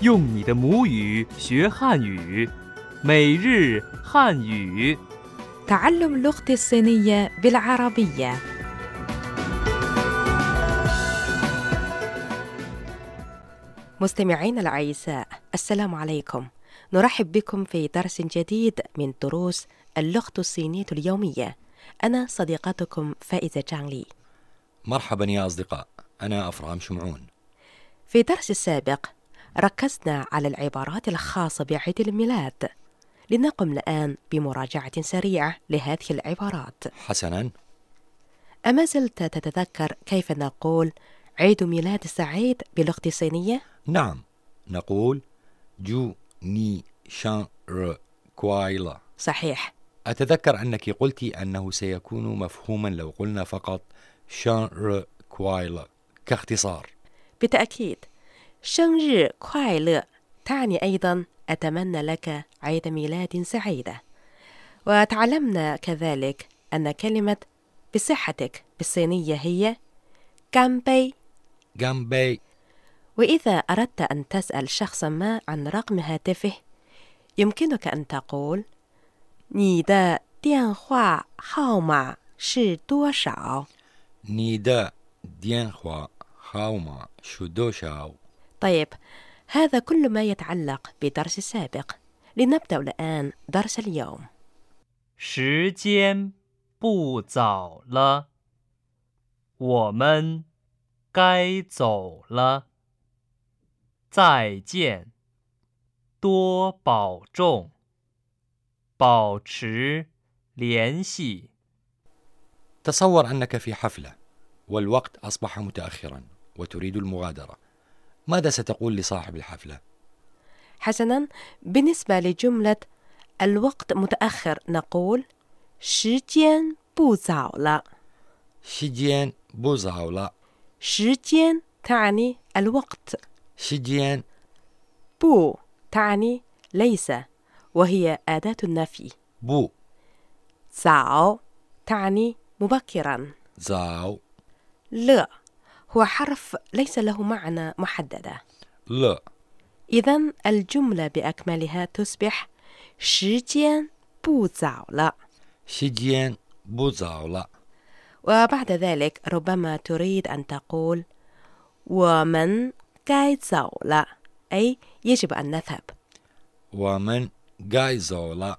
用你的母语学汉语，每日汉语。 تعلم لغتي الصينية بالعربية مستمعينا الأعزاء السلام عليكم نرحب بكم في درس جديد من دروس اللغة الصينية اليومية أنا صديقتكم فائزة جانلي مرحبا يا أصدقاء أنا أفرام شمعون في الدرس السابق ركزنا على العبارات الخاصة بعيد الميلاد لنقم الآن بمراجعة سريعة لهذه العبارات حسنا أما زلت تتذكر كيف نقول عيد ميلاد سعيد باللغة الصينية؟ نعم نقول جو ني شان ر كوايلا صحيح أتذكر أنك قلت أنه سيكون مفهوما لو قلنا فقط شان ر كوايلا كاختصار بالتأكيد 生日快乐 تعني أيضا أتمنى لك عيد ميلاد سعيدة وتعلمنا كذلك أن كلمة بصحتك بالصينية هي كامبي جامبي وإذا أردت أن تسأل شخصا ما عن رقم هاتفه يمكنك أن تقول 你的电话号码是多少 نيدا ديان خوا هاوما شودو شاو طيب هذا كل ما يتعلق بدرس السابق لنبدأ الآن درس اليوم 时间不早了，我们该走了。再见，多保重，保持联系。 تصور أنك في حفلة والوقت أصبح متأخرا وتريد المغادرة ماذا ستقول لصاحب الحفلة؟ حسنا بالنسبة لجملة الوقت متأخر نقول 时间不早了 شجيان بوزاولا 时间 تعني الوقت شجيان بو تعني ليس وهي أداة النفي بو 早 تعني مبكرا زاو ل هو حرف ليس له معنى محددة ل إذا الجملة بأكملها تصبح 时间不早了 شجيان بوزاولا وبعد ذلك ربما تريد أن تقول 我们该走了 أي يجب أن نذهب ومن جايزولا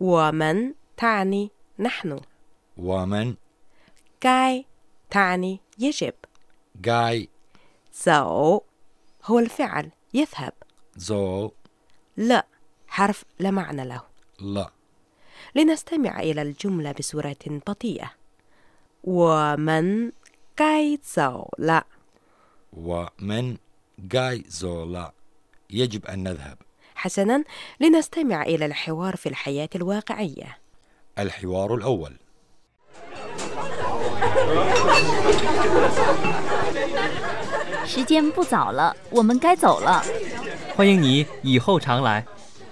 我们 تعني نحن ومن 该 تعني يجب جاي 走 هو الفعل يذهب زو لا حرف لا معنى له لا لنستمع إلى الجملة بصورة بطيئة 我们该走了 ومن جايزولا يجب أن نذهب حسنا لنستمع إلى الحوار في الحياة الواقعية الحوار الأول 时间不早了，我们该走了。欢迎你以后常来，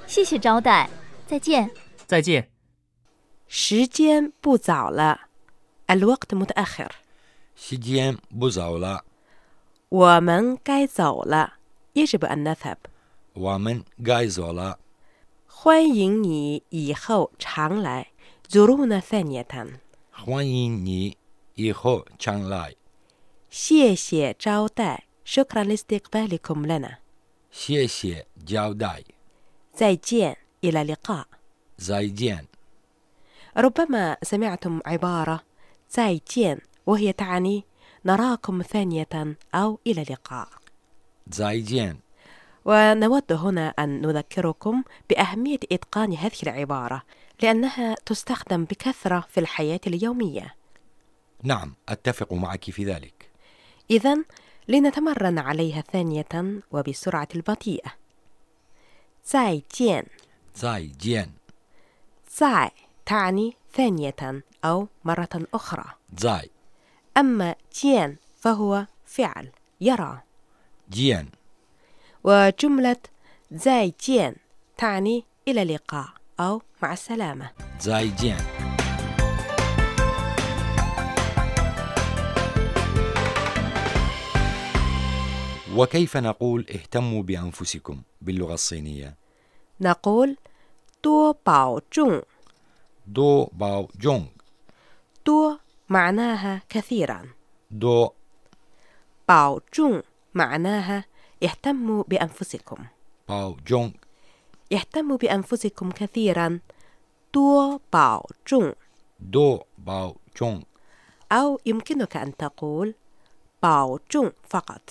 谢谢招待，再见。再见。时间不早了 الوقت متأخر شجيان بوزاولا 我们该走了 يجب أن نذهب ومن جايزولا 欢迎你以后常来 زورونا ثانية خوانيني إيخو تشان لاي 谢谢招待 شكرا لاستقبالكم لنا شيشي جاو داي 再见 إلى اللقاء زايجيان ربما سمعتم عبارة 再见 وهي تعني نراكم ثانية أو إلى اللقاء زايجيان ونود هنا أن نذكركم بأهمية إتقان هذه العبارة لأنها تستخدم بكثرة في الحياة اليومية نعم أتفق معك في ذلك إذا لنتمرن عليها ثانية وبسرعة البطيئة 再见 زايجيان 再 تعني ثانية أو مرة أخرى زاي أما جيان فهو فعل يرى جيان وجملة زاي جيان تعني إلى اللقاء أو مع السلامة زايجيان وكيف نقول اهتموا بأنفسكم باللغة الصينية نقول تو باو جون دو باو جونغ تو معناها كثيرا دو باو جون معناها اهتموا بأنفسكم باو جونغ اهتموا بأنفسكم كثيرا تو باو جون دو باو جونغ أو يمكنك أن تقول باو جون فقط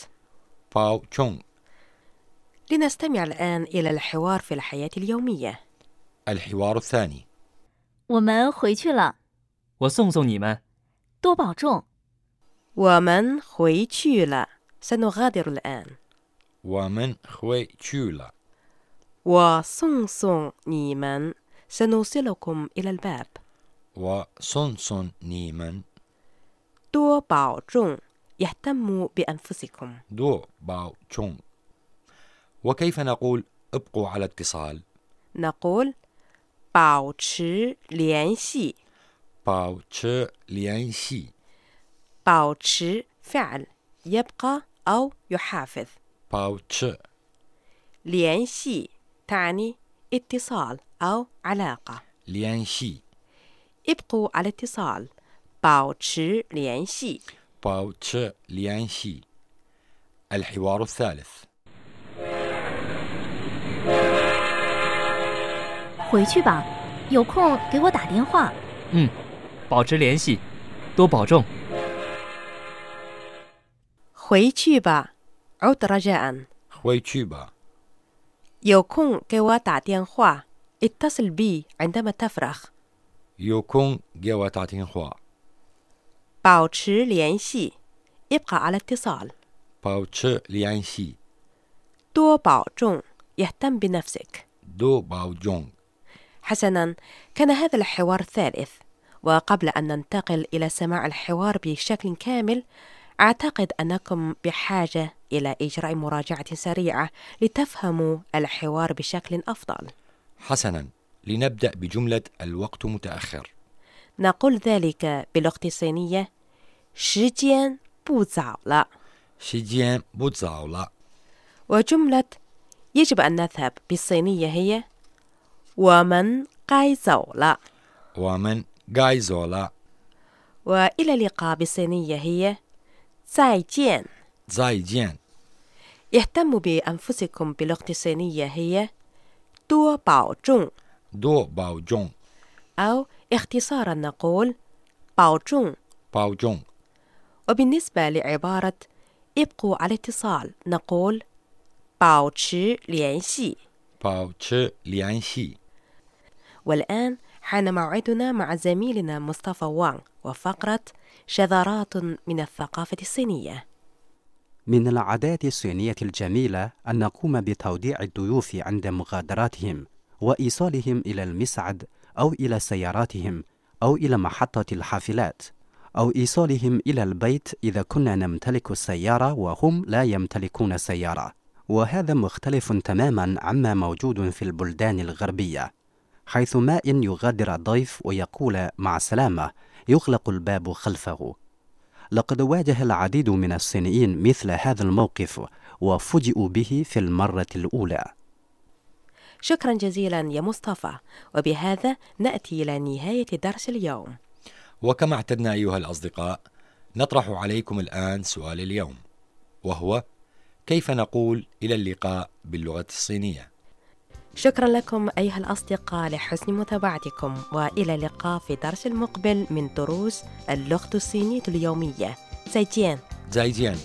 باو جونغ لنستمع الآن إلى الحوار في الحياة اليومية الحوار الثاني 我们回去了，我送送你们。多保重。 ومن خوي تشيلا سنغادر الآن ومن خوي تشولا وسونغ سونغ نيمان سنوصلكم إلى الباب وسونسون نيمن تو باو جون يهتموا بأنفسكم دو باو تشونغ وكيف نقول ابقوا على اتصال نقول باو تشي ليانشي باو تش ليان شي باو تشي فعل يبقى أو يحافظ باو تش ليانشي تعني اتصال أو علاقة ليان شي ابقوا على اتصال باو تشي ليانشي باو تش ليان شي الحوار الثالث 回去吧，有空给我打电话。嗯，保持联系，多保重。 خوي تشيبا عد رجاءً خوي تشيبا يكون كوا تعتين خوا اتصل بي عندما تفرغ يوكونغ جيوا تعتين خوا 保持联系 ابقى على اتصال باو تش ليان شي 多保重 يهتم بنفسك دو باو جونغ حسنا كان هذا الحوار الثالث وقبل أن ننتقل إلى سماع الحوار بشكل كامل أعتقد أنكم بحاجة إلى إجراء مراجعة سريعة لتفهموا الحوار بشكل أفضل حسنا لنبدأ بجملة الوقت متأخر نقول ذلك باللغة الصينية 时间不早了 شيجيان بوتزاولا وجملة يجب أن نذهب بالصينية هي ومن قايزولا ومن جايزولا وإلى اللقاء بالصينية هي زايجين زايجيان يهتموا بأنفسكم باللغة الصينية هي دو باو جون دو باو جونغ أو اختصارا نقول باو جون باو جونغ وبالنسبة لعبارة ابقوا على اتصال نقول باو تشي ليانشي باو تش ليان شي والآن حان موعدنا مع زميلنا مصطفى وان وفقرة شذرات من الثقافة الصينية من العادات الصينية الجميلة أن نقوم بتوديع الضيوف عند مغادراتهم وإيصالهم إلى المسعد أو إلى سياراتهم أو إلى محطة الحافلات أو إيصالهم إلى البيت إذا كنا نمتلك السيارة وهم لا يمتلكون سيارة وهذا مختلف تماما عما موجود في البلدان الغربية حيث ما إن يغادر ضيف ويقول مع السلامة يغلق الباب خلفه لقد واجه العديد من الصينيين مثل هذا الموقف وفوجئوا به في المرة الأولى شكرا جزيلا يا مصطفى وبهذا نأتي إلى نهاية درس اليوم وكما اعتدنا أيها الأصدقاء نطرح عليكم الآن سؤال اليوم وهو كيف نقول إلى اللقاء باللغة الصينية شكرا لكم أيها الأصدقاء لحسن متابعتكم وإلى اللقاء في درس المقبل من دروس اللغة الصينية اليومية زيجين زايجيان